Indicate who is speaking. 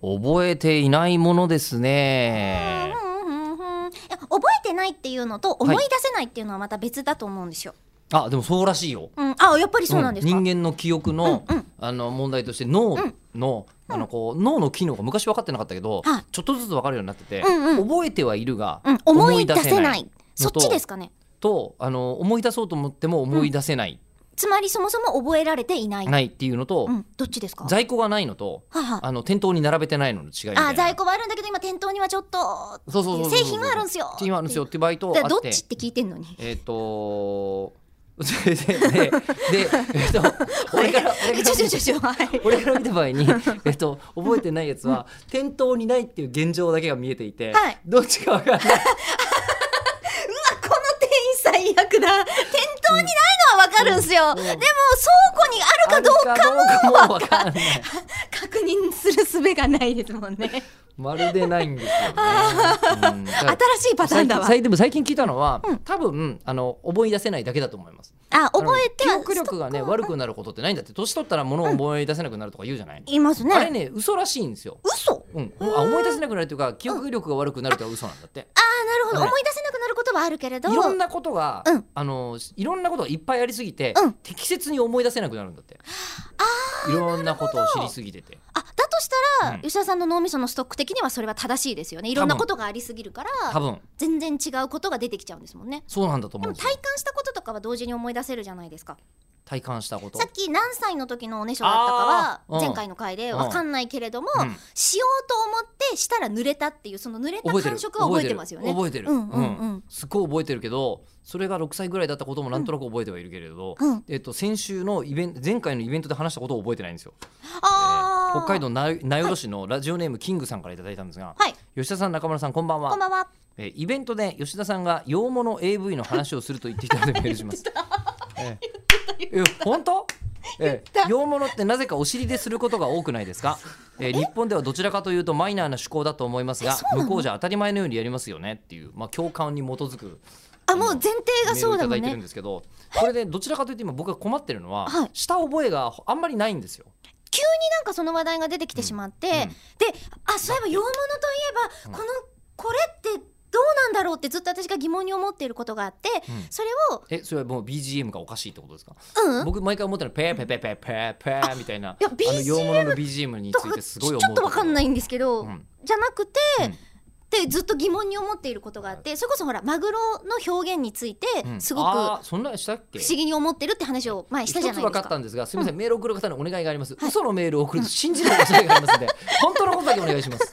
Speaker 1: 覚えていないものです
Speaker 2: うん
Speaker 1: ね。
Speaker 2: うんうんうんいや覚えてないっていうのと思い出せないっていうのはまた別だと思うんですよ。
Speaker 1: あ、でもそうらしいよ。
Speaker 2: うん、あやっぱりそうなんですか、
Speaker 1: 人間の記憶の、
Speaker 2: うんうん
Speaker 1: あの問題として脳の、あのこう脳の機能が昔分かってなかったけど、
Speaker 2: はい
Speaker 1: ちょっとずつ分かるようになってて、
Speaker 2: うんう
Speaker 1: 覚えてはいるが、
Speaker 2: うん、思い出せないそ
Speaker 1: の
Speaker 2: っ
Speaker 1: と
Speaker 2: ちですかね
Speaker 1: とあの思い出そうと思っても思い出せない、
Speaker 2: つまりそもそも覚えられていない、
Speaker 1: ないっていうのと、
Speaker 2: うん、どっちですか
Speaker 1: 在庫がないのと
Speaker 2: はは
Speaker 1: あの店頭に並べてないのの違いみたいな
Speaker 2: あ在庫はあるんだけど今店頭にはちょっと
Speaker 1: そうそうそうそう
Speaker 2: 製品があるんですよ
Speaker 1: 製品はあるんですよっていう場合と
Speaker 2: だから
Speaker 1: あ
Speaker 2: ど
Speaker 1: っ
Speaker 2: ってちって聞いて んのに
Speaker 1: えっ、 とでででえっと俺から俺
Speaker 2: え
Speaker 1: か
Speaker 2: ち
Speaker 1: ら
Speaker 2: ょちょちょちょはい
Speaker 1: 俺から見た場合に、 えっと、覚えてないやつは店頭にないっていう現状だけが見えていて、
Speaker 2: はい
Speaker 1: どっちかわかんない
Speaker 2: あこの店員最悪だ店頭にないのはわかるんすよ、
Speaker 1: うん
Speaker 2: でも倉庫にあるかどうか
Speaker 1: かもわかんない
Speaker 2: 確認する術がないですもんね
Speaker 1: まるでないんですよね。うんだから
Speaker 2: 新しいパターンだわ
Speaker 1: 最近でも最近聞いたのは、
Speaker 2: うん
Speaker 1: 多分あの思い出せないだけだと思います。
Speaker 2: あ覚えて
Speaker 1: あ
Speaker 2: は
Speaker 1: の記憶力がね悪くなることってないんだって年取ったら物を思い出せなくなるとか言うじゃない、
Speaker 2: いますね
Speaker 1: あれね嘘らしいんですよ。
Speaker 2: 嘘
Speaker 1: うん、あ思い出せなくなるというか記憶力が悪くなるとは嘘なんだって。
Speaker 2: ああなるほど、
Speaker 1: はい
Speaker 2: 思い出せなくなることはあるけれど
Speaker 1: いろんなことが、
Speaker 2: うん
Speaker 1: あのいろんなことがいっぱいありすぎて、
Speaker 2: うん
Speaker 1: 適切に思い出せなくなるんだって。いろんなことを知りすぎてて。
Speaker 2: あだとしたら、
Speaker 1: うん
Speaker 2: 吉田さんの脳みそのストック的にはそれは正しいですよねいろんなことがありすぎるから
Speaker 1: 多分
Speaker 2: 全然違うことが出てきちゃうんですもんね
Speaker 1: そうなんだと思
Speaker 2: で
Speaker 1: うん
Speaker 2: も
Speaker 1: ですよ
Speaker 2: 体。感したこととかは同時に思い出せるじゃないですか
Speaker 1: 体感したこと
Speaker 2: さ。っき何歳の時のおねしょだったか
Speaker 1: あーう
Speaker 2: は
Speaker 1: ん
Speaker 2: 前回の回で分かんないけれども、
Speaker 1: うん
Speaker 2: しようと思ってしたら濡れたっていうその濡れた
Speaker 1: 覚えてる
Speaker 2: 感触は覚えてますよね
Speaker 1: 覚えてる。
Speaker 2: うんうんうん
Speaker 1: すっごい覚えてるけど、それが6歳ぐらいだったこともなんとなく覚えてはいるけれど、
Speaker 2: うん
Speaker 1: えっと先週のイベント前回のイベントで話したことを覚えてないんですよ。
Speaker 2: あ
Speaker 1: え
Speaker 2: ー
Speaker 1: ー北海道名名寄市のラジオネームキングさんからいただいたんですが、
Speaker 2: はい
Speaker 1: 吉田さん中村さんこんばんは。
Speaker 2: こんばんは
Speaker 1: えーイベントで吉田さんが洋物 AV の話をすると言っていたのでメールし ます。えええ本当？ええ洋物ってなぜかお尻ですることが多くないですか、えー日本ではどちらかというとマイナーな趣向だと思いますが向こうじゃ当たり前のようにやりますよねっていう、まあ、共感に基づく
Speaker 2: あもう前提
Speaker 1: メ
Speaker 2: が
Speaker 1: ール
Speaker 2: そ
Speaker 1: を
Speaker 2: う
Speaker 1: い
Speaker 2: だ
Speaker 1: た
Speaker 2: も
Speaker 1: だ
Speaker 2: ん
Speaker 1: いてるん
Speaker 2: ね
Speaker 1: ですけどこれでどちらかというと今僕が困ってるのは、
Speaker 2: はい
Speaker 1: した覚えがあんまりないんですよ。
Speaker 2: 急になんかその話題が出てきてしまって、
Speaker 1: うんうん
Speaker 2: であそういえば洋物といえば、
Speaker 1: うん
Speaker 2: このこれってどうなんだろうってずっと私が疑問に思っていることがあって、
Speaker 1: うん
Speaker 2: それを
Speaker 1: えそれはもう BGM がおかしいってことですか
Speaker 2: うん
Speaker 1: 僕毎回思ったのペーペーペーペーペーペーみたいない
Speaker 2: や
Speaker 1: あの洋物の BGM につ
Speaker 2: と
Speaker 1: い
Speaker 2: か
Speaker 1: てす
Speaker 2: ち
Speaker 1: ごい
Speaker 2: ょ
Speaker 1: 思う、
Speaker 2: っとわかんないいんですけど、
Speaker 1: うん
Speaker 2: じゃなくて、
Speaker 1: うん
Speaker 2: でずっと疑問に思っていることがあってそれこそほらマグロの表現について
Speaker 1: うん
Speaker 2: すごく不
Speaker 1: あ
Speaker 2: 思
Speaker 1: ーそんなんしたっけ
Speaker 2: 議に思ってるって話を前にしたじゃ
Speaker 1: 一
Speaker 2: な
Speaker 1: つ
Speaker 2: いで
Speaker 1: 分
Speaker 2: す
Speaker 1: か
Speaker 2: か
Speaker 1: ったんですがす みません、メールを送る方にお願いがあります、嘘のメールを送ると信じるお願いがありますので、本当のことだけお願いします